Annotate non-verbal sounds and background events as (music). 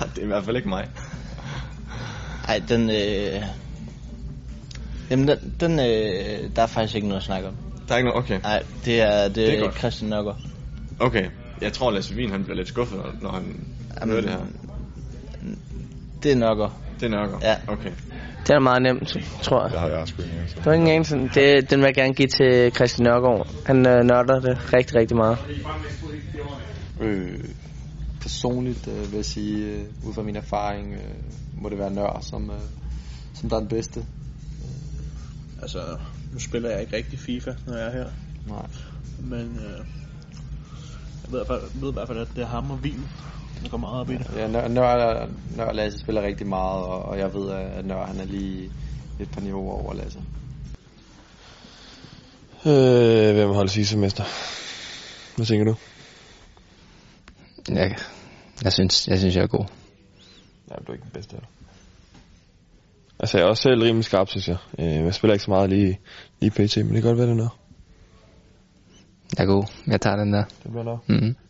(laughs) Det er i hvert fald ikke mig. Ej, den... Øh... Jamen, den, den øh... der er faktisk ikke noget at snakke om. Der er ikke noget, okay. Nej, det er, det, Det er det er godt. Christian Nørgaard. Okay, jeg tror Lasse Wien, han bliver lidt skuffet, når- når han Jamen, hører det her. Det er Nørgaard. Det er nørker. Ja. Okay. Den er meget nem, tror jeg. Det har jeg sgu ikke engang. Det var ingen anelse. Det, den vil jeg gerne give til Christian Nørgaard. Han øh, nørder det rigtig, rigtig meget. Øh, personligt øh, vil jeg sige, øh, ud fra min erfaring, øh, må det være Nør, som, øh, som der er den bedste. Altså, nu spiller jeg ikke rigtig FIFA, når jeg er her. Nej. Men øh, jeg ved, i hvert fald- ved i hvert fald, at det er ham og vin, der går meget op i det. Ja, Nør, Nør, Nør og Lasse spiller rigtig meget, og, og jeg ved, at Nør han er lige et par niveauer over Lasse. Øh, hvem holder sidste semester? Hvad tænker du? Jeg, jeg, synes, jeg synes, jeg er god. Nej, du er ikke den bedste. Altså, jeg er også selv rimelig skarp, synes jeg. Øh, jeg spiller ikke så meget lige, lige pt, men det kan godt være, det er noget. Jeg er god. Jeg tager den der. Det bliver noget. Mm-hmm.